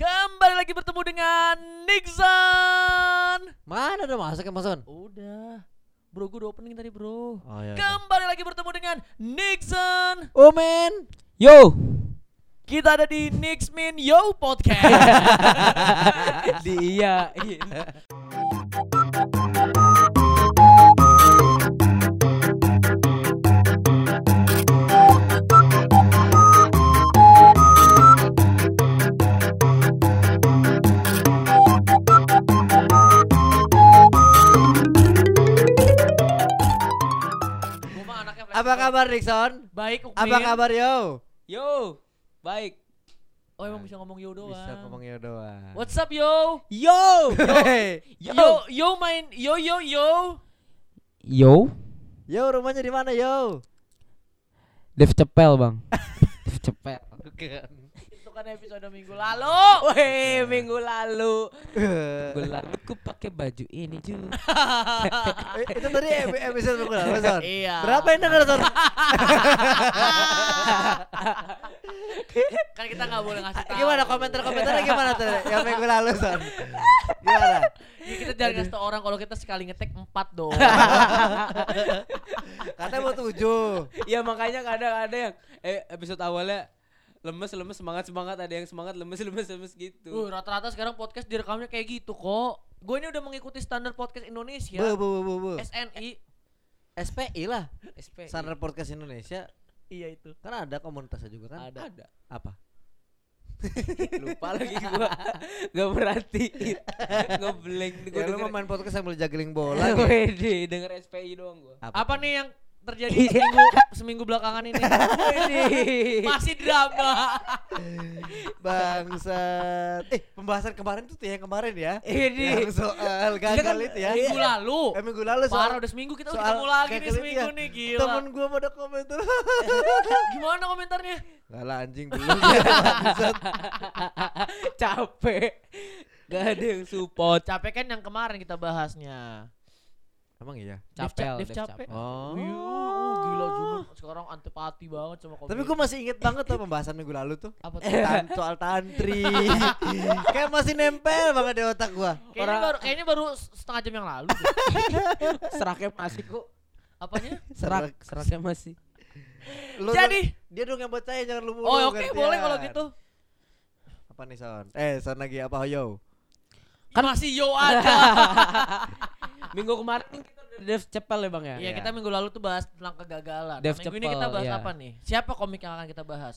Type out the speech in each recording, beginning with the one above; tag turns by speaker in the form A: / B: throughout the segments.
A: Kembali lagi bertemu dengan Nixon.
B: Mana udah masuk ya Mason?
A: Udah. Bro, gue udah opening tadi, Bro.
B: Oh iya.
A: Kembali lagi bertemu dengan Nixon.
B: Oh men.
C: Yo,
A: Kita ada di Nixmin Yo Podcast.
C: di iya.
A: Gua mah anaknya fleksibel.
B: Apa kabar Nixon?
A: Baik, Ukmin.
B: Apa kabar yo?
C: Yo, baik.
A: Oh, emang bisa ngomong yo doang.
B: Bisa ngomong yo doang.
A: What's up, yo?
C: Yo,
B: Hey.
A: Yo,
C: Yo.
A: yo main yo yo yo.
C: yo,
B: Yo rumahnya di mana yo?
C: Dev Cepel bang. Dev Cepel.
A: Itu kan episode minggu lalu. Iya.
C: Weh, minggu lalu. Minggu lalu ku pakai baju ini juga.
B: Eh, itu tadi epi- episode minggu lalu Son.
A: Iya.
B: Berapa yang denger Son?
A: Kan kita nggak boleh ngasih tahu.
B: Eh, Gimana komentar-komentarnya gimana tadi? Yang minggu lalu Son. Gimana?
A: Ya, kita jangan ngasih tau orang kalau kita sekali ngetek empat dong.
B: Katanya mau tujuh.
C: ya makanya kadang ada yang eh, episode awalnya lemes lemes semangat semangat ada yang semangat lemes lemes lemes
A: Uh,
C: gitu.
A: rata-rata sekarang podcast direkamnya kayak gitu kok. Gue ini udah mengikuti standar podcast Indonesia.
B: Bu bu bu bu. bu.
A: SNI.
B: SPI lah.
C: SP.
B: Standar Podcast Indonesia.
A: Iya itu.
B: Kan ada komunitasnya juga kan?
C: Ada. ada.
B: Apa?
C: Lupa lagi gua. Gak merhatiin. Ngeblank gua
B: Ya lu mau
C: denger.
B: main podcast sambil juggling bola gitu.
C: Wede, denger SPI doang gua.
A: Apa nih yang terjadi seminggu seminggu belakangan ini?
C: Wede.
B: Iya.
A: Masih drama.
B: Bangsat. Eh, pembahasan kemarin tuh tuh yang kemarin ya.
C: Ini.
B: Yang soal gagal
C: Kan-
B: itu ya.
A: Minggu lalu.
B: Eh, minggu lalu soal.
A: Parah udah seminggu kita udah ketemu lagi nih
B: gagal itu
A: seminggu
B: ya.
A: nih gila.
B: Temen gua pada komentar.
A: Gimana komentarnya?
B: Gak lah anjing belum. Bangsat.
C: capek gak ada yang support
A: Capek kan yang kemarin kita bahasnya.
B: Emang iya.
A: Dev
C: Capel,
A: Dev
C: Dev
A: capek.
C: Capel.
B: Oh.
A: Wih, oh, gila Junun sekarang antipati banget sama komedi.
B: Tapi gua masih inget banget tuh pembahasan minggu lalu tuh.
A: apa tuh?
B: Tan soal tantri. Kayak masih nempel banget di otak gua.
A: Kayaknya
C: Orang-
A: baru kayaknya baru setengah jam yang lalu. deh.
C: seraknya masih kok
A: Apanya?
C: serak seraknya masih
B: Lu
A: Jadi,
B: dong- dia dong yang bocahnya jangan lu mulu. ya.
A: oh oke
B: gantian.
A: boleh kalau gitu.
B: Apa nih Son? Eh, Son lagi apa hoyo?
A: Kan masih yo aja.
C: minggu kemarin kan kita udah Dev cepel ya bang ya
A: Iya kita minggu lalu tuh bahas tentang kegagalan.
C: Dev
A: Nah, minggu ini kita
C: Cepel,
A: bahas
C: iya.
A: apa nih? Siapa komik yang akan kita bahas?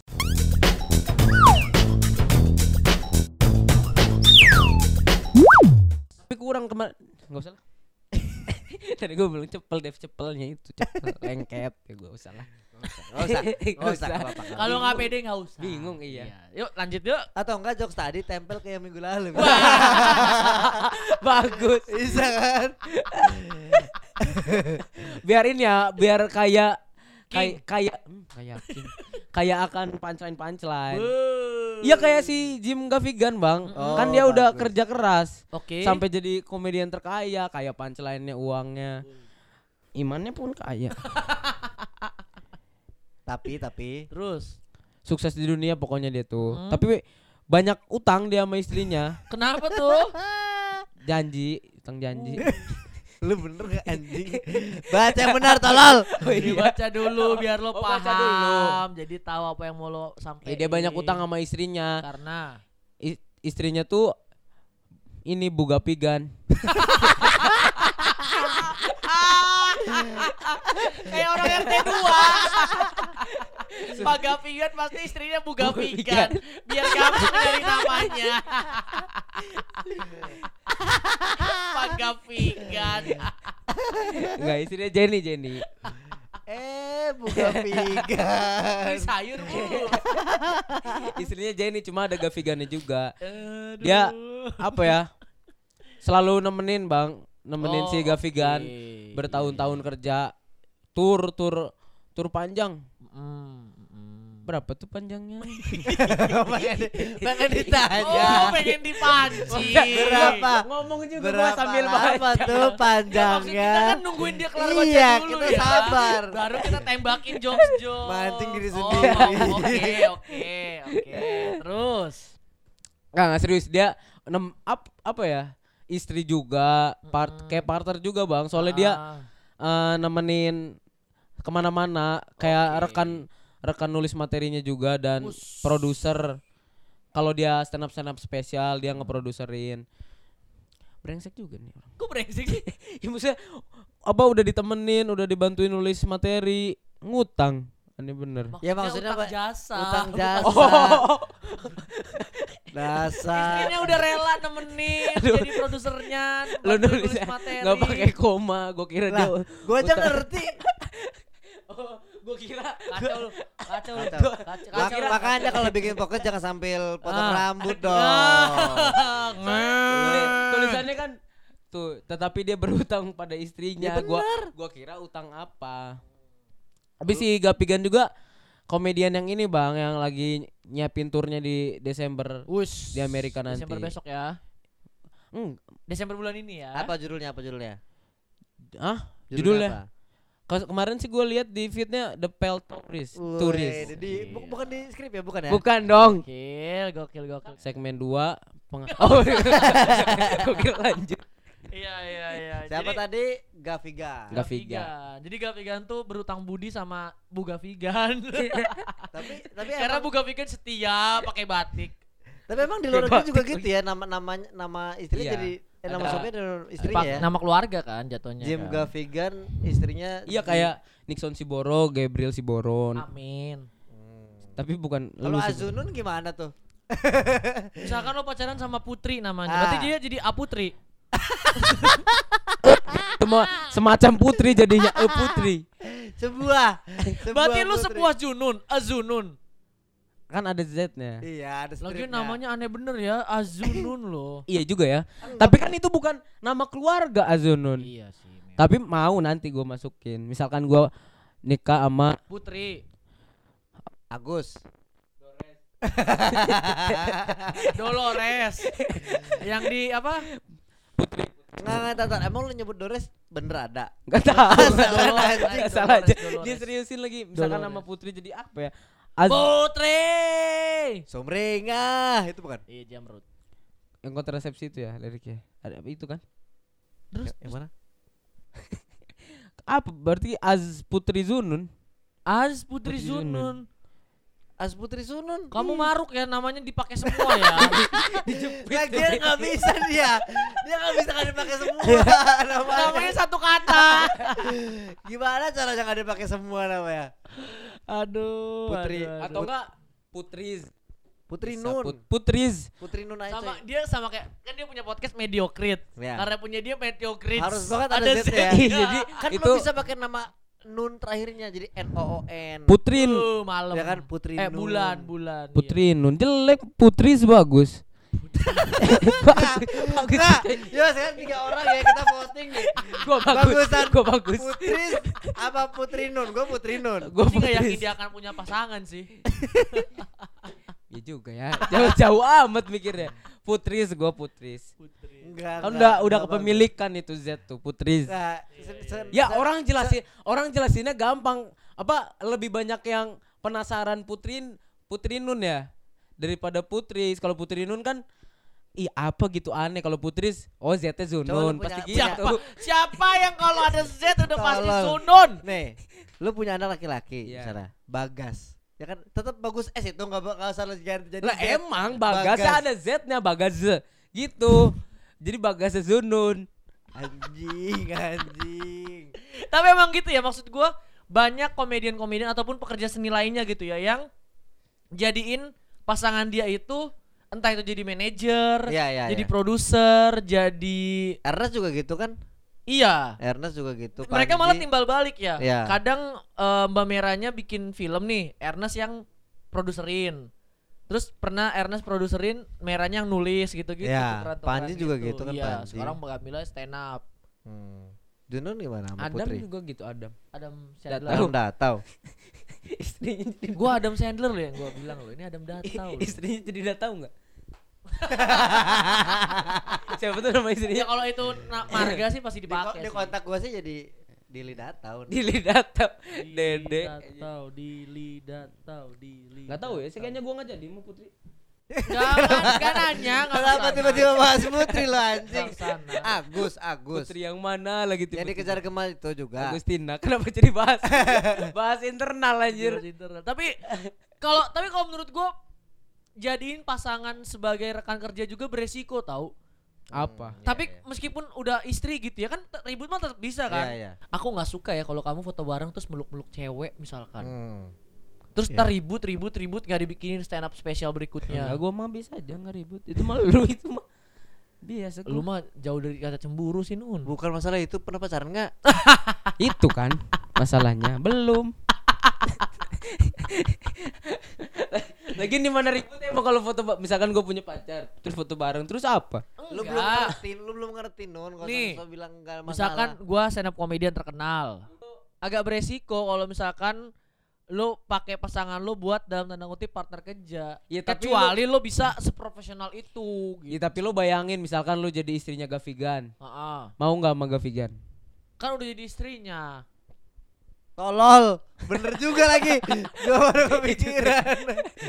C: tapi kurang kemarin nggak usah lah tadi gue bilang cepel Dev cepelnya itu cepel lengket ya gue usah lah
B: Enggak usah. Enggak
C: Nggak
B: usah.
C: usah.
B: nggak apa-apa, nggak
A: Kalau nggak pede nggak usah.
C: Nah, Bingung, iya.
A: Yuk lanjut yuk.
B: Atau enggak jokes tadi tempel kayak minggu lalu.
C: bagus
B: Bisa kan?
C: biarin ya biar kayak
A: King.
C: kayak kayak hmm, kayak king. kayak akan punchline punchline
A: Wuh.
C: Iya kayak si Jim Gaffigan bang,
B: Oh,
C: kan dia udah
B: bagus.
C: kerja keras,
A: Oke.
C: sampai jadi komedian terkaya kayak punchline-nya uangnya imannya pun kaya
B: tapi tapi
A: Terus
C: sukses di dunia pokoknya dia tuh
A: Hmm.
C: tapi banyak utang dia sama istrinya
A: kenapa tuh?
C: janji utang janji
B: Ah. lu bener gak anjing? Baca yang benar tolol.
C: iya.
A: Dibaca dulu biar lo
C: Oh,
A: paham.
C: baca dulu.
A: Jadi tahu apa yang mau lo
C: Eh,
A: sampaikan.
C: dia banyak utang sama istrinya
A: karena
C: I- istrinya tuh ini buga pigan
A: kayak orang RT 2 Pak Gavigan pasti istrinya Bu Gavigan biar gampang dari namanya Pak Gavigan
C: enggak istrinya Jenny Jenny
B: Eh, buka pigan.
A: Ini sayur Bu
C: istrinya Jenny cuma ada Gaffigannya juga
A: Aduh.
C: Dia apa ya selalu nemenin bang nemenin
A: Oh, iya.
C: si Gaffigan
A: oke.
C: bertahun-tahun kerja tur tur tur panjang
A: Mm, mm.
C: berapa tuh panjangnya
B: Pengen di- pengen ditanya.
A: Oh pengen dipancing
B: Berapa?
C: ngomong juga gua
B: Berapa
C: sambil
B: lama
A: Ya, maksud
B: tuh
C: baca
A: kita kan
B: panjangnya?
A: nungguin dia kelar baca
B: Iya,
A: dulu
B: kita
A: ya.
B: sabar.
A: Baru kita tembakin jokes jokes.
B: Mancing diri
A: Oh,
B: sendiri.
A: Oke oke oke. Terus
C: Enggak, enggak serius dia enam up apa ya? Istri juga, part
A: Mm-mm.
B: Hmm.
C: kayak partner juga bang. Soalnya
B: Ah.
C: dia
A: ah,
C: eh, nemenin kemana-mana, kayak
A: Oke.
C: rekan rekan nulis materinya juga dan
A: Us.
C: produser. Kalau dia stand up stand up spesial dia ngeproduserin. Brengsek juga nih orang.
A: Kok brengsek sih?
C: Ya maksudnya apa udah ditemenin, udah dibantuin nulis materi, ngutang. Ini bener.
B: Ya, maksudnya
A: utang
B: apa?
A: jasa.
B: Utang jasa. Dasar.
A: Istrinya udah rela nemenin
C: Aduh.
A: jadi produsernya.
C: Lo
A: bantu
C: nulis
B: ya?
C: ya,
A: materi.
C: nggak pakai koma, gue kira
B: Lah,
C: dia
B: gue aja
C: utang.
B: ngerti.
C: Oh, gue kira
A: Kacau lu, kacau lu.
B: Kacau.
A: Kacau.
B: Mak-
A: kacau.
B: makanya kalau bikin pocket jangan sambil potong
C: Ah.
B: rambut dong.
C: Tuli-
B: Ah.
C: tulisannya kan tuh, tetapi dia berhutang pada
B: Ya
C: istrinya. gua gua kira utang apa. Habis si Gapigan juga komedian yang ini Bang yang lagi nyiapin turnya di Desember.
A: Wush.
C: Di Amerika nanti.
A: Desember besok ya.
C: Hmm,
A: Desember bulan ini ya.
B: Apa judulnya? Apa judulnya?
C: ah,
B: Judulnya
C: judulnya. Kalau kemarin sih gua lihat di feednya The Pale Tourist.
B: Wih,
C: Turis.
B: di- bu- bukan di skrip ya, bukan ya?
C: Bukan dong.
A: Gokil, gokil, gokil.
C: Segmen 2 peng Oh, gua kira lanjut.
A: Iya, iya, iya.
B: Siapa
A: Jadi-
B: tadi? Gaviga.
C: Gaf-
A: Gavigan. Jadi Gavigan tuh berutang budi sama Bu Gavigan.
B: tapi tapi
A: Karena
B: Iya, emang,
A: Bu Gavigan setia pakai batik.
B: tapi emang di luar
C: Kayak
B: negeri juga
C: batik
B: gitu ya nama namanya nama istrinya
C: Iya.
B: jadi eh, nama
A: Ada-
B: suaminya dan istrinya
A: Pak-
B: ya.
A: Nama keluarga kan jatuhnya.
B: Jim
A: kan?
B: Gavigan istrinya
C: Iya kayak Nixon Siboro, Gabriel Siboron.
A: Amin.
C: Tapi bukan
B: Ah. Kalau
C: lu sih.
B: Azunun gimana tuh?
A: Misalkan lo pacaran sama Putri namanya,
B: Ah.
A: berarti dia jadi Aputri.
C: Sema- semacam putri jadinya eh, putri.
B: Sebuah. sebuah
A: Berarti lu
B: putri.
A: sepuas Junun, Azunun.
C: Kan ada Z-nya.
B: Iya, ada
A: Lagi
B: stripnya.
A: namanya aneh bener ya, Azunun lo.
C: Iya juga ya. Tapi kan itu bukan nama keluarga Azunun.
A: iya sih. men.
C: Tapi mau nanti gua masukin. Misalkan gua nikah sama
A: Putri,
B: Agus.
A: Dolores. yang di apa?
B: Enggak enggak tar, tar. Emang lu nyebut Dores bener ada?
C: enggak tahu.
B: Dolores,
C: Nggak salah aja.
A: Dolores.
C: Dia seriusin lagi. Misalkan
A: Dolores.
C: nama putri jadi apa ya? Az
A: Putri.
B: Sumringah itu bukan?
A: Iya, Jamrut.
C: yang kontrasepsi itu ya liriknya. Ada itu kan?
A: Terus
B: Yang mana?
C: Apa berarti Az Putri Zunun?
A: Az Putri,
C: Putri
A: Junun.
C: Junun.
B: As Putri Sunun.
A: Kamu maruk ya namanya dipakai semua ya.
B: Lagian nggak bisa dia. Dia nggak bisa nggak dipakai semua namanya.
A: namanya satu kata.
B: Gimana caranya nggak dipakai semua namanya?
A: Aduh.
B: Putri.
A: aduh, aduh.
C: Atau enggak Putriz?
B: Putri
C: Bisa
B: Nun.
C: Put- Putriz.
B: Putri Nun aja.
A: sama
B: coy.
A: dia sama kayak kan dia punya podcast mediocrit.
B: Iya.
A: Karena punya dia mediocrit.
B: Harus banget ada Z ya.
C: Iya, jadi
B: Kan
C: itu
B: lo bisa pakai nama Nun terakhirnya jadi N O O N.
C: Putrin.
A: Uh, malam.
B: Ya kan, Putri
A: Eh
B: Nun.
A: bulan, bulan. iya.
C: Putri Nun jelek, Putri bagus. bagus, bagus.
B: Nah, ya sekarang tiga orang ya kita voting nih.
C: Gua bagus,
B: Bagusan.
C: gua bagus.
B: Putri apa Putri Nun? Gue Putri Nun.
A: Gua
C: Gua
A: sih nggak yakin
C: Putris.
A: dia akan punya pasangan sih.
C: Iya juga ya. Jauh-jauh amat mikirnya. Putris, gua Putris.
A: Putri.
B: Enggak.
C: Kan
B: enggak,
C: udah udah
B: enggak
C: kepemilikan itu Z tuh, Putris.
B: bagus. Nah, sen- sen-
C: Ya
B: sen-
C: orang jelasin, orang jelasinnya gampang. Apa lebih banyak yang penasaran Putrin, Putri Nun ya daripada Putris. Kalau Putri Nun kan Ih apa gitu aneh kalau Putris Oh Z-nya Zunun
B: punya- punya-
C: pasti gitu
A: Siapa, siapa yang kalau ada Z udah pasti
B: Tolong.
A: sunun.
B: Nih, lu punya anak laki-laki
C: Iya.
B: misalnya, Bagas. Ya kan tetap bagus S itu enggak bakal salah jadi jadi.
C: Lah
B: Z.
C: emang bagasnya
B: Bagas.
C: ada Z-nya bagas gitu. Jadi bagasnya Zunun.
B: Anjing, anjing.
A: Tapi emang gitu ya maksud gua banyak komedian-komedian ataupun pekerja seni lainnya gitu ya yang jadiin pasangan dia itu entah itu jadi manajer,
B: Iya, iya,
A: jadi
B: iya.
A: produser, jadi
B: Ernest juga gitu kan?
A: iya.
B: Ernest juga gitu.
A: Mereka
B: Panji.
A: malah timbal balik ya.
B: Iya.
A: Kadang eh, Mbak Merahnya bikin film nih, Ernest yang produserin. Terus pernah Ernest produserin, Merahnya yang nulis gitu-gitu.
B: Iya,
A: tukeran-tukeran
B: Panji juga gitu kan,
A: Iya,
B: Panji.
A: sekarang Mbak Mila stand up.
B: Hmm. Junun gimana sama
C: Adam
B: Putri?
C: juga gitu Adam.
A: Adam
B: Adam
A: Sandler.
B: datau.
C: istrinya jadi
A: gua Adam Sandler loh yang gua bilang loh, ini Adam Datau. loh.
C: istrinya jadi udah tahu enggak? Siapa tuh nama
A: Ya
C: istrinya?
A: kalau itu na- marga sih pasti
B: Di,
A: dipakai.
B: di
A: sih.
B: kontak gua sih jadi Dili datau.
C: Ya, Dili datap
A: Di
C: Dede.
A: Datau, di Lidatau, di Lidatau.
C: ya Enggak tahu ya, sih kayaknya gua enggak jadi mau Putri.
A: Jangan kan nanya
C: Nah,
A: nggak
B: Kenapa
A: usah
B: tiba-tiba bahas Putri lo anjing?
A: Bangsana.
B: Agus, Agus.
C: Putri yang Nah. mana lagi tiba
B: Yang dikejar kemarin itu juga.
C: Agustina. Kenapa jadi bahas bahas internal
A: Anjir.
C: anjir?
A: Tapi kalau tapi kalau menurut gua jadiin pasangan sebagai rekan kerja juga beresiko tahu.
B: Iya,
C: Apa?
B: Hmm,
A: tapi meskipun udah istri gitu ya kan te- ribut mah tetap bisa kan.
B: Iya, iya.
A: Aku nggak suka ya kalau kamu foto bareng terus meluk-meluk cewek misalkan.
B: Hmm.
A: Terus ntar ribut ribut ribut nggak dibikinin stand up spesial
C: Ya
A: berikutnya.
C: gua mah bisa aja nggak ribut. Itu mah lu itu mah biasa
A: Lu
C: gua.
A: mah jauh dari kata cemburu sih Nun.
B: Bukan masalah itu pernah pacaran nggak?
C: itu kan masalahnya belum. Lagi di mana ribut emang kalau foto ba- misalkan gue punya pacar terus foto bareng terus apa?
B: Lu belum
A: Enggak.
B: ngerti, lu belum ngerti non kalau
A: Nih,
B: Samso bilang enggak masalah.
A: misalkan gua stand up komedian terkenal agak beresiko kalau misalkan lu pakai pasangan lu buat dalam tanda kutip partner kerja
C: Ya, tapi
A: kecuali lu bisa seprofesional itu gitu
C: Ya, tapi lo bayangin misalkan lu jadi istrinya Gavigan,
A: Ah, ah.
C: mau nggak sama Gavigan?
A: kan udah jadi istrinya
B: tolol, bener juga lagi. Gua baru kepikiran.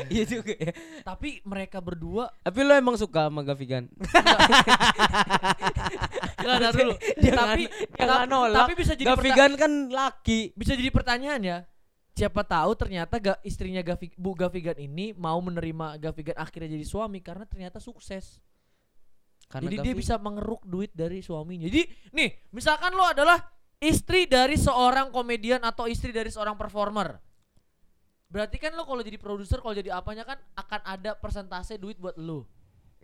C: Iya juga ya.
A: tapi mereka berdua
C: Tapi lo emang suka sama Gavigan?
A: nggak ada dulu tapi
C: jangan
A: tapi-
C: nolak.
A: tapi bisa jadi perta-
C: Gavigan kan laki.
A: bisa jadi pertanyaan ya siapa tahu ternyata ga, istrinya Gavi, Bu Gavigan ini mau menerima Gavigan akhirnya jadi suami karena ternyata sukses jadi dia
C: Gavi-
A: bisa mengeruk duit dari suaminya. Jadi nih, misalkan lo adalah istri dari seorang komedian atau istri dari seorang performer. Berarti kan lo kalau jadi produser, kalau jadi apanya kan akan ada persentase duit buat lo.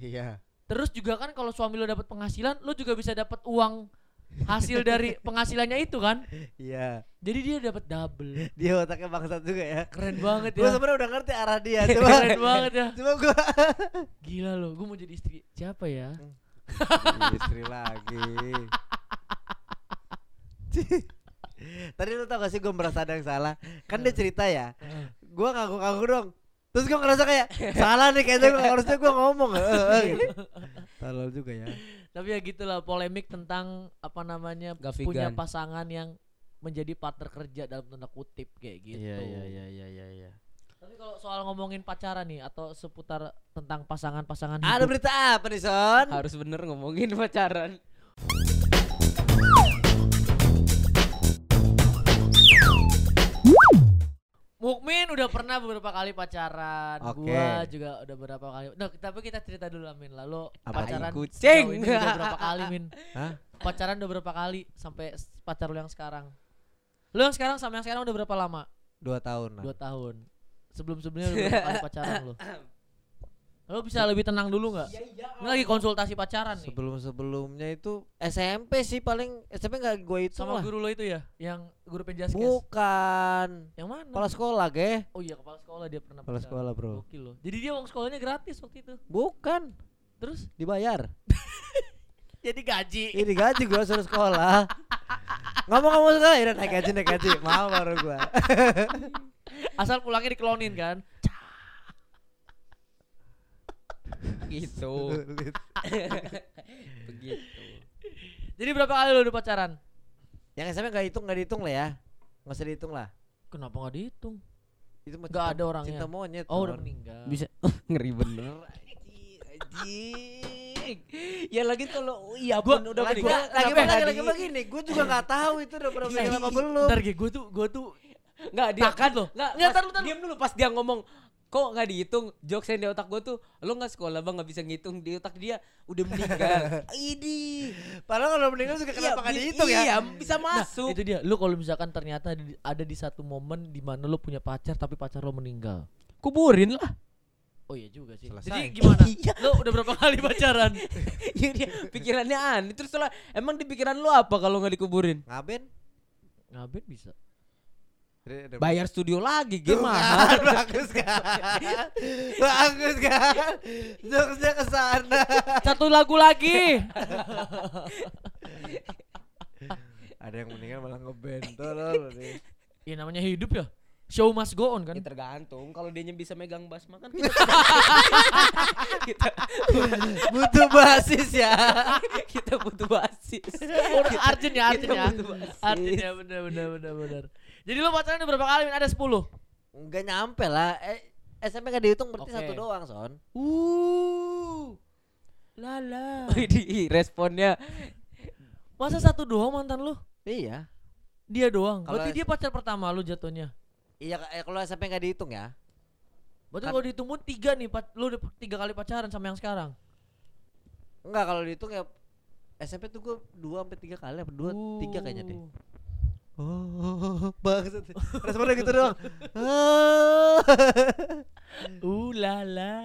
B: Iya.
A: Terus juga kan kalau suami lo dapat penghasilan, lo juga bisa dapat uang hasil dari penghasilannya itu kan.
B: Iya.
A: Jadi dia dapat double.
B: Dia otaknya bangsat juga ya.
A: Keren banget
B: Gua
A: ya.
B: sebenarnya udah ngerti arah dia, cuma
A: Keren banget ya.
B: cuma gua
A: Gila lo, gue mau jadi istri siapa ya?
B: istri lagi. Tadi lu tau gak sih gue merasa ada yang salah Kan
A: Hmm.
B: dia cerita ya
A: Eh.
B: Gue ngaku-ngaku dong Terus gue ngerasa kayak Salah nih kayaknya gua, harusnya gue ngomong eh, eh, eh, gitu. Tolol juga ya
A: Tapi ya gitulah polemik tentang apa namanya
C: Gavigan.
A: punya pasangan yang menjadi partner kerja dalam tanda kutip kayak gitu.
B: iya iya iya
A: Tapi kalau soal ngomongin pacaran nih atau seputar tentang pasangan-pasangan
B: Ada
A: hidup,
B: berita apa nih Son?
C: harus bener ngomongin pacaran.
A: Mukmin udah pernah beberapa kali pacaran,
B: Oke.
A: gua juga udah beberapa kali. Nah, tapi kita cerita dulu lah, Min. Lalu
B: Apa
A: pacaran
C: tuh?
A: sejauh
C: Kucing.
A: ini udah berapa kali, Min?
B: Hah?
A: Pacaran udah berapa kali sampai s- pacar lu yang sekarang? Lu yang sekarang sama yang sekarang udah berapa lama?
B: Dua tahun lah
A: dua tahun sebelum-sebelumnya udah berapa kali pacaran lo lo bisa lebih tenang dulu nggak
B: Iya,
A: ini lagi konsultasi pacaran nih
B: Sebelum-sebelumnya itu SMP sih paling SMP gak gue itu
A: sama
B: lah
A: guru lo itu ya yang guru penjaskes
B: Bukan
A: yang mana
B: Kepala sekolah ge
A: oh iya kepala sekolah dia pernah
B: Kepala
A: pacaran.
B: sekolah, bro.
A: Gokil lo jadi dia uang sekolahnya gratis waktu itu
B: Bukan
A: terus
B: Dibayar
A: jadi gaji
B: Ini gaji gue suruh sekolah Ngomong-ngomong sekolah Ya udah, naik gaji naik gaji Mau baru gue
A: asal pulangnya diklonin kan
C: gitu. Begitu.
A: jadi berapa kali lo udah pacaran
B: Yang SMP gak hitung gak dihitung lah ya Gak usah dihitung lah
A: kenapa nggak dihitung
B: itu mah
A: Nggak
B: cinta-
A: ada orangnya.
B: cinta monyet
A: oh udah
B: Ton.
A: meninggal
C: Bisa ngeri bener. ya lagi kalau iya
A: Gua-
C: pun udah
B: lagi
C: meninggal,
B: lagi lagi
C: kenapa nggak
B: lagi Iya.
C: di-
B: begini gue juga nggak tahu itu udah pernah meninggal apa belum
A: Iya, Ntar gue tuh gue tuh
C: Nggak dia
A: Takut loh.
C: Nggak,
A: Nggak,
C: pas-
A: tar lu, tar lu.
C: Diam dulu pas dia ngomong kok nggak dihitung jokes yang di otak gue tuh lo nggak sekolah bang nggak bisa ngitung di otak dia udah meninggal
B: ini padahal kalau meninggal juga kenapa nggak
C: bi-
B: dihitung ya
C: iya bisa masuk
A: nah, itu dia lu kalau misalkan ternyata di- ada di satu momen di mana lu punya pacar tapi pacar lo meninggal
C: kuburin lah
A: Oh iya juga sih.
B: Selesai.
A: Jadi gimana?
C: Iya.
A: Lo udah berapa kali pacaran?
C: Iya dia pikirannya aneh terus lah emang di pikiran lo apa kalau nggak dikuburin
B: ngaben
A: Ngaben bisa.
C: bayar studio lagi
B: Tuh
C: gimana
B: kan, bagus kan bagus kan jokesnya kesana
A: Satu lagu lagi.
B: ada yang meninggal malah ngebentol loh nih.
A: ya namanya hidup ya. Show must go on kan.
C: Ya, tergantung kalau dia bisa megang bass mah kan kita, kita,
B: butuh basis ya
C: kita butuh basis
A: Orang Arjen ya Arjen
C: Kita
A: ya.
C: butuh basis.
A: Arjen ya benar benar benar benar. Jadi lo pacaran udah berapa kali? Min? Ada 10.
B: nggak nyampe lah eh SMP gak dihitung berarti
A: Oke.
B: satu doang son
A: Uh. Lala.
C: Widih, responnya
A: Masa satu doang mantan lu?
B: iya
A: Dia doang.
B: Kalau
A: Berarti
B: S-
A: dia pacar pertama lu jatuhnya.
B: iya eh, kalau SMP gak dihitung ya
A: Berarti
B: Kan-
A: kalau dihitung pun tiga nih, pat- lu udah tiga kali pacaran sama yang sekarang.
B: enggak kalau dihitung ya SMP tuh gue dua sampai tiga kali apa dua tiga kayaknya deh
A: Uh.
B: Oh, bangsat. Responnya gitu doang.
A: Uh lala.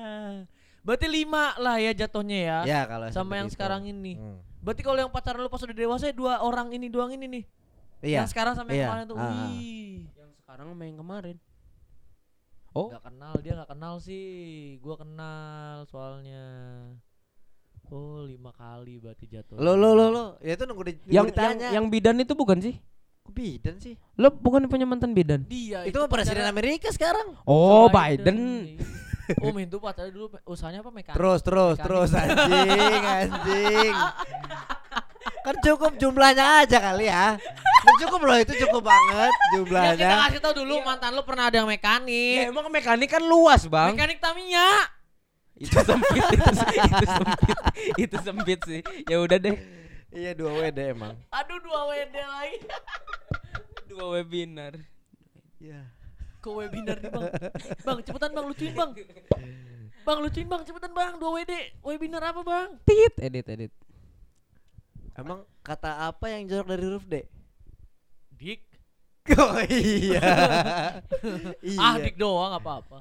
A: Berarti lima lah ya jatuhnya ya.
B: ya kalau
A: sama yang
B: seperti itu.
A: sekarang ini.
B: Hmm.
A: Berarti kalau yang pacaran lu pas udah dewasa ya dua orang ini doang ini nih.
B: Iya.
A: Yang sekarang sama
B: Iya.
A: yang kemarin tuh.
B: Ah.
A: Wih.
C: yang sekarang sama yang kemarin. Oh,
A: Gak kenal dia gak kenal sih. Gua kenal soalnya. Oh lima kali berarti jatuh.
B: Lo lo lo lo. Ya itu nunggu, di, nunggu
C: yang, yang
B: ditanya.
C: yang bidan itu bukan sih?
B: Kok bidan sih.
C: Lo bukan punya mantan bidan?
A: Dia
B: itu mah presiden
A: pacarnya
B: Amerika
A: Ah,
B: sekarang.
C: Oh,
A: Biden.
C: Biden.
A: Om itu pacarnya dulu pe- usahanya apa mekanik.
B: Terus terus
A: Mekanik.
B: terus anjing anjing. kan cukup jumlahnya aja kali ya. Nah, cukup loh itu cukup
A: Ya
B: banget
A: kita
B: jumlahnya. Iya.
A: kasih tau dulu mantan lu pernah ada yang
C: Ya
A: mekanik.
C: emang mekanik kan luas, Bang.
A: Mekanik Tamiya.
C: itu sempit, itu, itu sempit. Itu sempit sih. Ya udah deh.
B: Iya dua WD emang.
A: Aduh dua WD lagi.
C: Dua webinar.
B: Iya.
A: Ke webinar nih bang. Bang cepetan bang lucuin bang. Bang lucuin bang cepetan bang dua WD. Webinar apa bang?
C: Tit, edit, edit.
B: Emang kata apa yang jorok dari huruf D?
A: Dik.
B: Oh iya. iya.
A: Ah dik doang apa apa.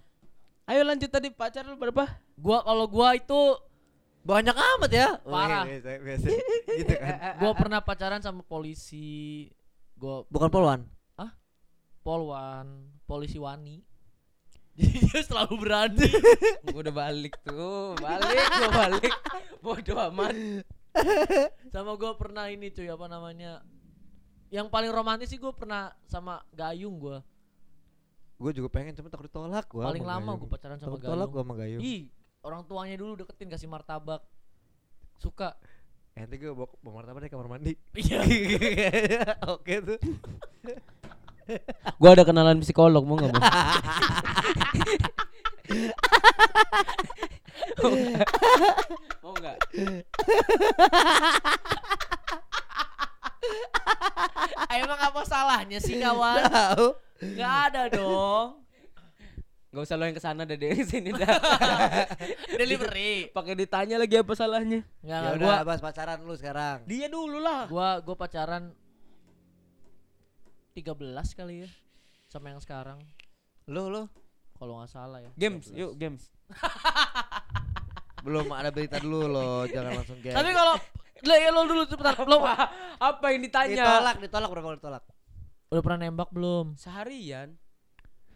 C: Ayo lanjut tadi pacar lu berapa?
A: Gua kalau gua itu
B: Banyak amat ya.
A: Parah.
B: Wih, Biasa, biasa. gitu kan.
A: gua pernah pacaran sama polisi. Gua
B: Bukan polwan.
A: polwan, polisi wani. Jadi dia selalu berani.
C: Gua udah balik tuh, balik, gua balik. Bodoh amat.
A: sama gua pernah ini cuy apa namanya? Yang paling romantis sih gua pernah sama Gayung gua.
B: Gue juga pengen cuma takut ditolak gua.
A: Paling lama gua pacaran sama
B: Takut tolak
A: Gayung.
B: gua sama Gayung.
A: Ih, orang tuanya dulu deketin kasih martabak. Suka.
B: Eh, Nanti gue bawa bawa martabak di kamar mandi.
A: Iya.
B: Oke tuh.
C: Gua ada kenalan psikolog, mau enggak mau? Mau enggak?
A: Emang apa salahnya sih kawan?
B: Tahu.
A: Gak ada dong.
C: Gak usah lo yang kesana deh dari sini dah.
A: Delivery.
C: Pakai ditanya lagi apa salahnya?
A: Enggak,
B: Ya
A: enggak
B: udah
A: gua
B: bahas pacaran lu sekarang.
C: Dia dulu lah.
A: gua gua pacaran 13 kali ya sama yang sekarang
B: Lu lu
A: kalau nggak salah ya.
C: Games,
A: 13.
C: yuk games.
B: belum ada berita dulu lo, jangan langsung kayak.
A: Tapi kalau lo ya lo dulu tuh bentar. Lo
C: Apa yang ditanya?
B: ditolak, ditolak berapa kali ditolak?
A: udah pernah nembak belum?
C: Seharian.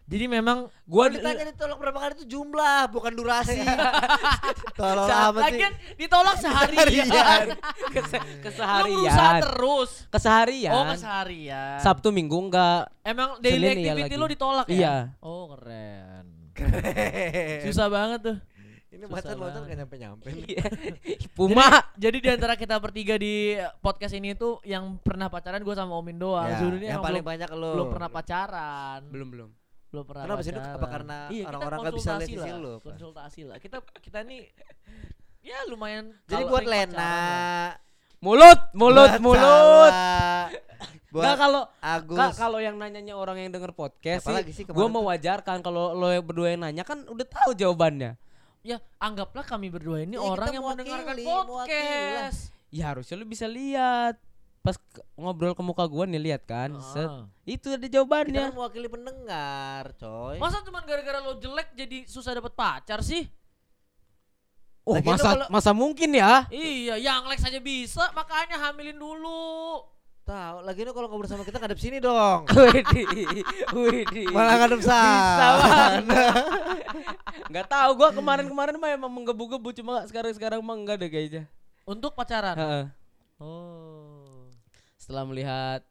A: Jadi memang
C: Gua
B: ditanya ditolak berapa kali itu jumlah, bukan durasi. Tolong amat sih.
A: lagian ditolak
B: Seharian.
A: seharian.
C: Kese-
A: Lo berusaha
C: keseharian.
A: terus.
C: Keseharian.
A: Oh, keseharian.
C: Sabtu minggu enggak.
A: Emang daily
C: Senin iya
A: activity
C: lagi.
A: lo ditolak ya?
C: Iya.
A: Oh, keren. Susah banget tuh.
B: Ini
A: Susah
B: macan-macan
A: banget.
B: gak nyampe-nyampe.
C: Puma.
A: Jadi di antara kita bertiga di podcast ini tuh yang pernah pacaran gue sama Omin doang.
B: Ya,
A: Zul ini
B: yang
A: emang
B: paling
A: belum,
B: banyak lo.
A: belum pernah pacaran. Belum,
C: Belum belum.
A: pernah
B: Kenapa sih
A: pacaran.
B: Dok? apa karena
A: Iya, kita
B: orang-orang nggak bisa
A: konsultasi
B: lihat sisi
A: lah,
B: lo? apa?
A: Konsultasi lah. Kita kita nih ya lumayan
B: Jadi
A: kalau
B: buat
A: sering pacaran ya,
B: Lena,
A: lah.
C: Mulut, mulut,
B: buat
C: mulut.
B: Sarah,
C: Nah
B: buat
C: kalau
B: Agus.
C: Kak, kalau yang nanyanya orang yang denger podcast
B: Apalagi sih
C: sih,
B: kemarin
C: gua mau wajarkan kalau lo yang berdua yang nanya kan udah tahu jawabannya.
A: Ya, anggaplah kami berdua ini
B: Iya,
A: orang
B: kita
A: yang mendengarkan
B: mewakili, mewakili lah.
A: podcast.
C: Ya harusnya lo bisa lihat. Pas ke- ngobrol ke muka gua nih lihat kan. Set.
A: Ah.
C: Itu ada
B: Kita kan
C: jawabannya.
B: mewakili pendengar, coy.
A: Masa cuma gara-gara lo jelek jadi susah dapat pacar sih?
C: Oh,
B: Lagian lo
C: masa
B: kalau-
C: masa mungkin ya?
A: Iya, yang like saja bisa, makanya hamilin dulu.
B: Tahu, lagi lu kalau ngobrol sama kita ngadep sini dong.
C: Widi, Widi.
B: Malah ngadep
C: Bisa
B: sana.
C: Gak tahu gua kemarin-kemarin mah emang menggebu-gebu cuma sekarang-sekarang mah enggak deh kayaknya.
A: Untuk pacaran.
C: Heeh.
A: Oh.
C: Setelah melihat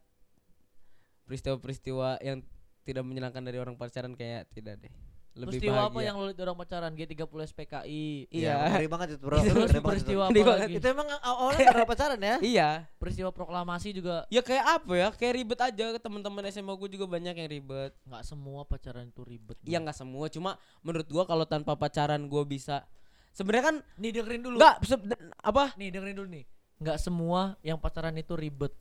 C: peristiwa-peristiwa yang tidak menyenangkan dari orang pacaran kayak tidak deh. lebih
A: peristiwa apa
C: bahagia.
A: yang lo lihat orang pacaran G30 SPKI
C: Iya.
B: ngeri banget itu bro.
A: Terus
B: Ngeri banget itu.
A: peristiwa
C: Ngeri
A: apa
C: banget.
A: lagi
B: Itu emang awalnya karena pacaran ya?
C: Iya.
A: peristiwa proklamasi juga
C: Ya kayak apa ya? Kayak ribet aja teman-teman SMA gue juga banyak yang ribet.
A: nggak semua pacaran itu ribet
C: Iya nggak semua, cuma menurut gua kalau tanpa pacaran gua bisa Sebenarnya kan
A: nih dengerin dulu
C: nggak se- apa?
A: nih dengerin dulu nih nggak semua yang pacaran itu ribet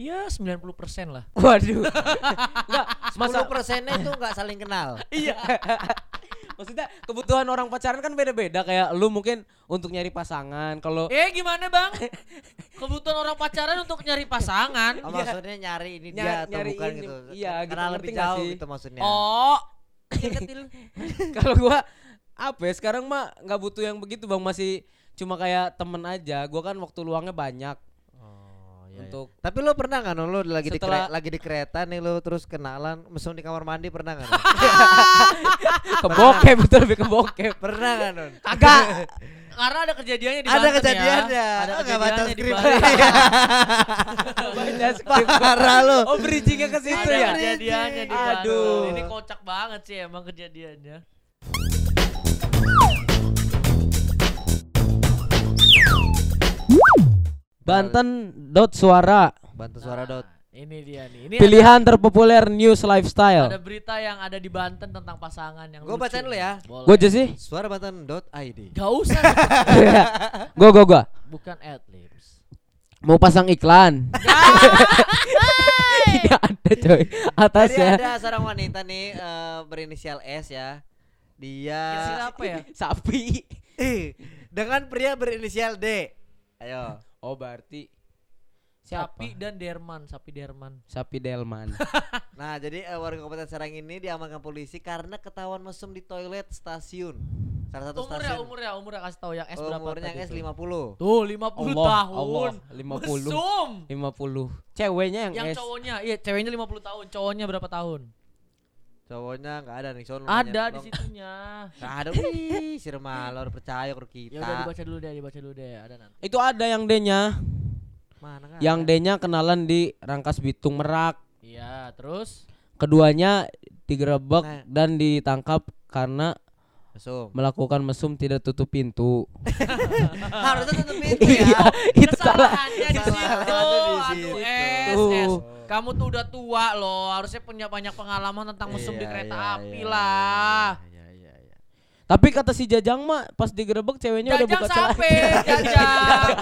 A: ya 90% lah
C: Waduh. Enggak, masa
B: 10 persennya itu nggak saling kenal.
C: iya. Maksudnya kebutuhan orang pacaran kan beda-beda kayak lu mungkin untuk nyari pasangan. Kalau
A: eh gimana bang kebutuhan orang pacaran untuk nyari pasangan
B: Oh, maksudnya nyari ini
C: Nyari-
B: dia atau
C: Iya. nyari
B: bukan
C: ini.
B: gitu.
C: Iya, gitu.
B: Kenal lebih
C: Ngerti nggak
B: jauh
C: sih?
B: gitu maksudnya.
A: oh kecil
C: kalau gua apa ya sekarang mah nggak butuh yang begitu Bang masih cuma kayak temen aja. Gua kan waktu luangnya banyak
A: Oh, iya,
C: untuk
B: Tapi lo pernah kan lo lagi di
C: Setelah-
B: kere- lagi di kereta nih lo terus kenalan mesum di kamar mandi pernah kan?
C: Ah. kebokep betul lebih kebokep.
B: pernah kan? Non?
C: Kagak.
A: karena ada kejadiannya di
B: Ada
A: Banten
B: kejadiannya.
A: ya. ada
B: Oh, nggak baca
A: kejadiannya di
B: skrip.
A: Bali.
C: Banyak
B: Parah Iya. lo.
C: Oh bridgingnya ke situ
A: ada
C: ya?
A: kejadiannya di Banten.
C: Aduh.
A: Ini kocak banget sih emang kejadiannya.
C: Banten dot suara
B: Bantu suara
A: Nah,
B: dot.
A: Ini dia nih. Ini
C: pilihan terpopuler news
A: ada
C: lifestyle.
A: berita yang ada di Banten tentang pasangan yang
B: Gua
A: lucu.
B: bacain lu ya.
A: Boleh.
C: Gue aja sih.
B: Suara banten dot id.
A: Gak usah.
C: Gue gue gue
A: Bukan adlibs.
C: mau pasang iklan.
B: Ya,
C: Tidak ada coy ya.
B: Tadi
A: ya.
C: atasnya.
B: ada seorang wanita nih eh, berinisial S ya.
A: Kecil
B: Dia
A: apa ya?
C: Sapi.
B: Eh, dengan pria berinisial D. Ayo.
C: Oh berarti
A: Sapi dan Derman, sapi Derman.
C: Sapi Delman.
B: Nah, jadi eh, warga Kabupaten Serang ini diamankan polisi karena ketahuan mesum di toilet stasiun. Salah satu
A: Umurnya,
B: stasiun.
A: umurnya, umurnya ya, kasih tahu yang S berapa?
B: Oh, Umurnya
A: tadi
B: S
A: tuh?
B: 50.
A: Tuh, 50
C: Allah,
A: tahun.
C: Allah, 50.
A: Mesum.
C: 50 Ceweknya yang,
A: Yang
C: S.
A: cowoknya, iya ceweknya 50 tahun, cowoknya berapa tahun?
B: Cowoknya enggak ada nih, sono
A: Ada
B: banyak
A: di
B: dong.
A: situnya.
B: Nggak ada. Wih, sir malor percaya kur
A: Ya udah
B: kita.
A: dibaca dulu deh, dibaca dulu deh, ada nanti.
C: Itu ada yang D-nya.
B: Mana kan? nggak
C: Yang
B: ada.
C: D-nya kenalan di Rangkas Bitung Merak.
A: Iya, terus
C: Keduanya digerebek
B: Nah.
C: dan ditangkap karena
B: mesum.
C: melakukan mesum tidak tutup pintu.
A: ya.
B: Harusnya tutup pintu
C: Iya,
B: ya.
C: itu salah.
A: Kesalahannya di situ.
B: Kesalahannya di
A: Aduh,
B: situ.
A: S,
C: Tuh.
A: S. Kamu tuh udah tua loh, harusnya punya banyak pengalaman tentang mesum di
B: Iya,
A: kereta
B: iya,
A: api
B: iya,
A: lah.
B: Iya, iya, iya.
C: Tapi kata si Jajang mah pas digerebek ceweknya udah
A: Jajang
C: buka
A: sape, jajang.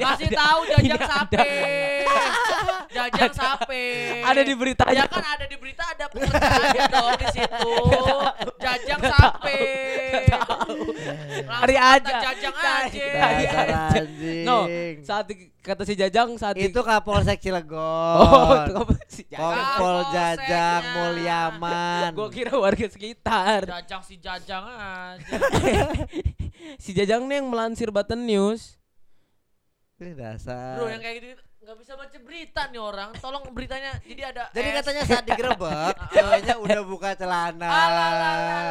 A: Masih tahu jajang
C: Ini ada.
A: sape. Jajang sape.
C: Ada di
A: Ya
C: beritanya.
A: kan ada di berita ada pekerjaannya dong di situ. Jajang sape.
C: Hari aja.
A: Jajang
C: Cari
A: aja.
B: Dasar
C: aja.
B: anjing.
C: No, saat di- kata si Jajang saat di-
B: Itu Kapolsek Cilegon.
C: Oh, itu apa si Jajang?
B: Kompol
A: Kapolseknya.
B: Jajang Mulyaman.
C: Gua kira warga sekitar.
A: Jajang si jajang aja.
C: si Jajang nih yang melansir Button News.
B: Ih, dasar.
A: Bro yang kayak gitu nggak bisa baca berita nih orang. Tolong beritanya. Jadi ada
B: Jadi
A: S.
B: katanya saat digerebek, ceweknya udah buka celana.
A: Ah, Alalala.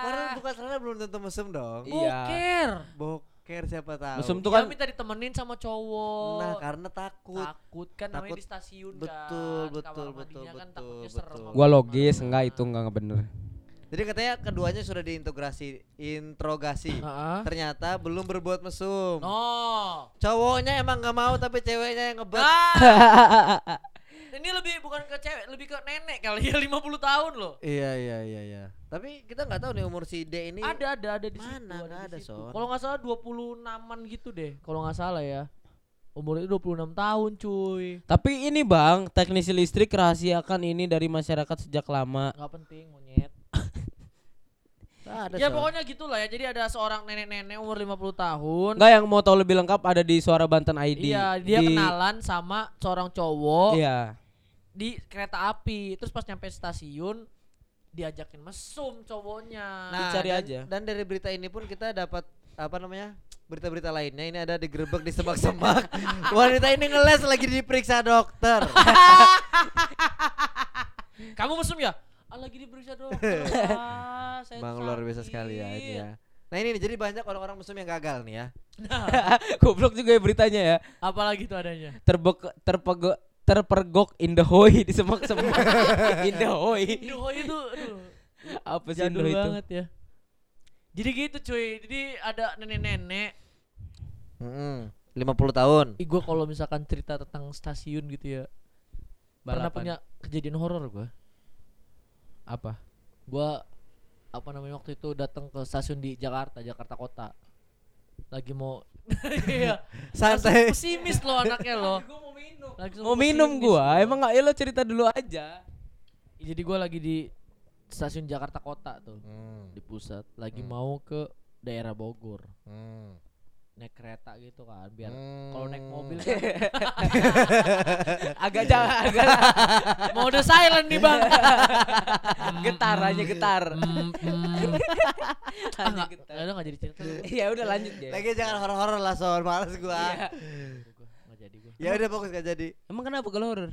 B: Padahal buka celana belum tentu mesum dong.
C: Iya.
A: Buker.
B: Boker siapa tahu.
C: Mesum tuh
A: Dia
C: kan
A: minta ditemenin sama cowok.
B: Nah, karena takut.
A: takut kan namanya
B: Takut.
A: di stasiun kan.
B: Betul,
A: Kamar
B: betul,
A: mandinya
B: betul,
A: kan
B: betul,
A: takutnya
B: betul.
A: serem apa
C: gua logis
A: gimana.
C: enggak itu enggak bener.
B: Jadi katanya keduanya sudah diintegrasi, interogasi.
A: Heeh.
B: Ternyata belum berbuat mesum.
A: Oh.
B: Cowoknya emang nggak mau tapi ceweknya yang ngebet.
A: Nah, ini lebih bukan ke cewek, lebih ke nenek kali ya 50 tahun loh.
B: Iya iya iya iya. Tapi kita nggak tahu nih umur si D ini.
A: Ada ada ada di situ.
B: Iya. Mana kan? nggak
A: di
B: ada,
A: situ.
B: Son.
A: Kalau nggak salah 26-an gitu deh, kalau nggak salah ya. Umurnya 26 tahun, cuy.
C: Tapi ini Bang, teknisi listrik rahasiakan ini dari masyarakat sejak lama.
A: Nggak penting monyet.
B: Nggak ada
A: ya
B: Son.
A: pokoknya gitulah ya. Jadi ada seorang nenek-nenek umur 50 tahun.
C: Enggak yang mau tahu lebih lengkap ada di Suara Banten ID.
A: Iya, dia
C: Di-
A: kenalan sama seorang cowok.
C: Iya.
A: di kereta api terus pas nyampe stasiun diajakin mesum cowoknya
B: Nah,
C: Dicari
B: dan,
C: aja.
B: Dan dari berita ini pun kita dapat apa namanya? berita-berita lainnya ini ada digerebek di semak-semak wanita ini ngeles lagi diperiksa dokter
A: kamu mesum ya ah, lagi diperiksa dokter ah, saya
B: Emang luar biasa
A: sakit."
B: sekali ya ini ya nah ini nih, jadi banyak orang-orang mesum yang gagal nih ya
A: nah,
C: Goblok juga ya beritanya ya.
A: apalagi tuh adanya
C: Terbek terpego terpergok in the hoy di semak semak in the hoy
A: Duh, itu oh iya, aduh.
C: apa sih
A: Jadul
C: Indo itu?
A: banget ya. Jadi gitu cuy. Jadi ada nenek-nenek.
B: Lima puluh tahun.
A: Ih gue kalau misalkan cerita tentang stasiun gitu ya. Pernah
C: Balapan.
A: punya kejadian horor gue.
C: apa?
A: Gue apa namanya waktu itu datang ke stasiun di Jakarta, Jakarta Kota. Lagi mau Iya.
B: Santai.
A: Pesimis lo anaknya lo.
C: mau minum.
A: Langsung
C: Mau minum
A: pesimis
C: gua.
A: lo.
C: Emang enggak ya lo cerita dulu aja.
A: Jadi gue lagi di stasiun Jakarta Kota tuh di pusat. Lagi
C: Hmm.
A: mau ke daerah Bogor naik kereta gitu kan biar
C: Hmm.
A: kalau naik mobil kan
C: Agak jangan agak
A: mode silent nih bang
C: getar aja getar.
A: Mm, mm. ah
C: Hanya
A: nggak
C: getar.
A: nggak nggak jadi cerita
C: Ya udah lanjut deh.
B: Lagi jangan horor-horor lah soal males gua.
A: nggak jadi gue
B: Ya udah fokus gak jadi.
C: Emang kenapa kalau horor?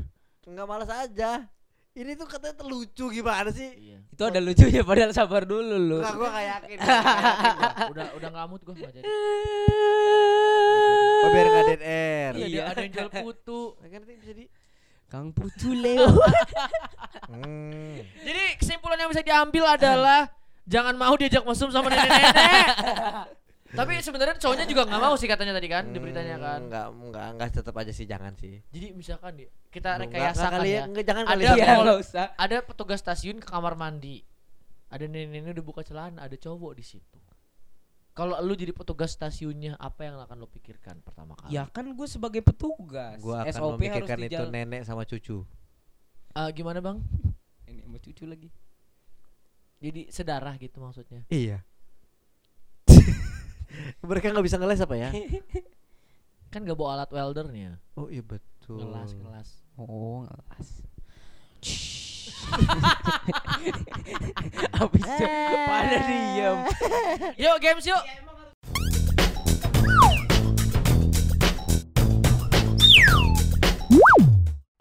B: Enggak malas aja. Ini tuh katanya lucu gimana sih?
A: iya
C: Itu ada lucunya padahal sabar dulu lu.
B: Enggak gua gak yakin. gua nggak yakin.
A: Eh, udah udah nggak mood gue nggak jadi
B: Oh biar gak dead air.
A: iya dia
C: Iya.
A: ada yang jual putu
B: Kan nanti bisa di.
C: Kang Putu Leo.
B: Mm.
A: jadi kesimpulan yang bisa diambil adalah jangan mau diajak mesum sama nenek-nenek tapi sebenarnya cowoknya juga nggak mau sih katanya tadi kan di beritanya kan
B: Enggak enggak enggak tetap aja sih jangan sih.
A: jadi misalkan nih, kita
B: Enggak, enggak
A: rekayasakan
B: kali
A: ya
B: Enggak jangan
A: Ada
B: kali.
A: Iya,
C: Iya,
A: kalau-
C: enggak usah.
A: ada petugas stasiun ke kamar mandi ada nenek-nenek udah buka celana ada cowok di situ kalau lu jadi petugas stasiunnya apa yang akan lu pikirkan pertama kali
C: Ya kan gue sebagai petugas.
B: Gua akan
C: SOP harus
B: memikirkan itu
C: dijalan.
B: nenek sama cucu.
A: Eh, gimana bang
C: Ini mau cucu lagi.
A: jadi sedarah gitu maksudnya
B: Iya. Mereka nggak bisa ngeles apa ya?
A: kan gak bawa alat weldernya
B: Oh iya betul.
A: ngelas ngelas
C: Oh, ngelas. Habis itu pada diem.
A: yuk games yuk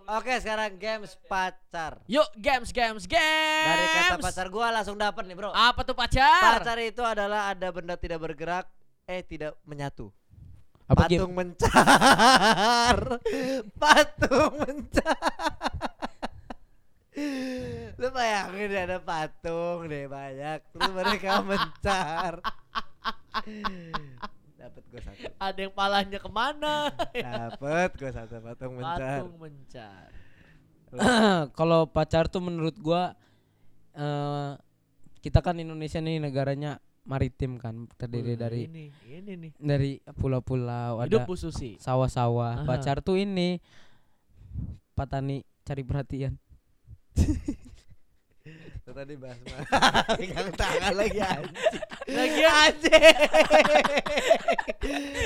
B: Oke sekarang games pacar.
A: yuk games games games
B: Dari kata pacar gua langsung dapet nih bro.
A: apa tuh pacar
B: Pacar itu adalah ada benda tidak bergerak eh tidak menyatu.
C: Apa
B: Patung mencar. patung mencar. Lu bayangin ada patung deh banyak Terus mereka mencar Dapat gue satu
A: ada yang palanya kemana
B: Dapat gue satu patung mencar
A: patung mencar
C: Kalau pacar tuh menurut gua eh kita kan Indonesia nih negaranya maritim kan terdiri dari
A: ini ini nih
C: dari pulau-pulau
A: hidup
C: ada
A: Bu Susi
C: sawah-sawah.
A: Aha.
C: Pacar tuh ini petani cari perhatian.
B: Itu Tadi bahas mah Pegang tangan lagi anjing
A: lagi
B: Anjing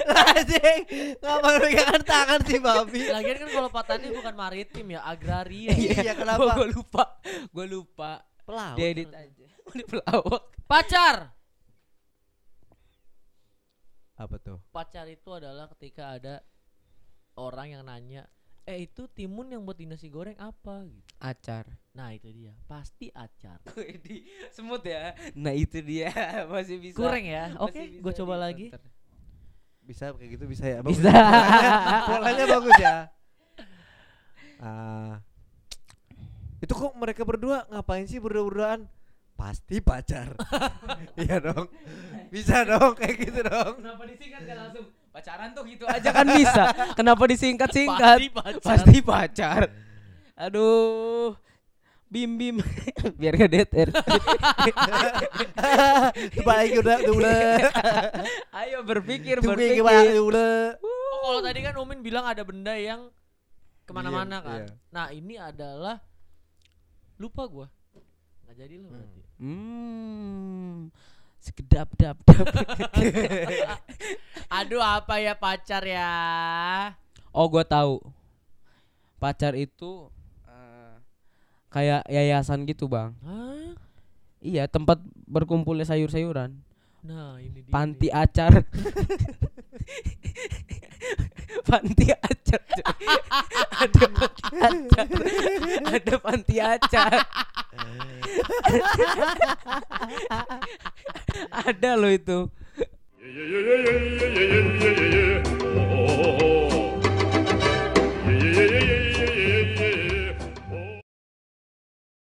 B: Anjing Ngapain pegangan tangan sih babi
A: Lagian kan kalau petani bukan maritim ya, agraria.
B: Iya
C: Gua,
B: kenapa
C: gua lupa. Gua lupa.
B: Pelawak
C: Dia edit aja. Udah pelawak.
A: Pacar.
B: Apa tuh?
A: Pacar itu adalah ketika ada orang yang nanya, "Eh, itu timun yang buat di nasi goreng apa?" gitu.
C: Acar.
A: Nah, itu dia. Pasti acar.
C: Di semut ya. Nah, itu dia. Masih bisa.
A: Kurang ya.
C: Masih
A: Oke,
C: bisa
A: gue coba
C: di-
A: lagi.
C: bentar.
B: Bisa kayak gitu bisa ya Bagus.
C: Bisa.
B: Polanya- Polanya bagus ya Ah. Itu kok mereka berdua ngapain sih berdua-berduaan Pasti pacar Iya dong Bisa dong kayak gitu dong
C: Kenapa disingkat kan langsung pacaran tuh gitu aja kan bisa. Kenapa disingkat-singkat?
A: Pasti pacar.
C: Pasti pacar. Aduh. Bim bim. Biar gak deter.
B: Coba lagi udah udah
C: Iya, kan Ayo berpikir
B: Tunggu
C: berpikir.
B: gimana udah
A: Oh, kalau tadi kan Umin bilang ada benda yang kemana-mana
B: Diam,
A: kan.
B: iya.
A: Nah, ini adalah lupa gua. Nggak jadi lo berarti.
C: Hmm. Sekedap dap dap.
A: Aduh, apa ya pacar ya?
C: Oh, gua tahu. Pacar itu eh, kayak yayasan gitu, Bang.
A: Hah?
C: Iya, tempat berkumpulnya sayur-sayuran.
A: Nah, ini dia.
C: Panti acar. panti acar. cuy. ada panti acar. Ada panti acar. ada loh itu.
D: yeah, yeah, yeah, yeah, yeah, yeah, yeah, yeah, yeah.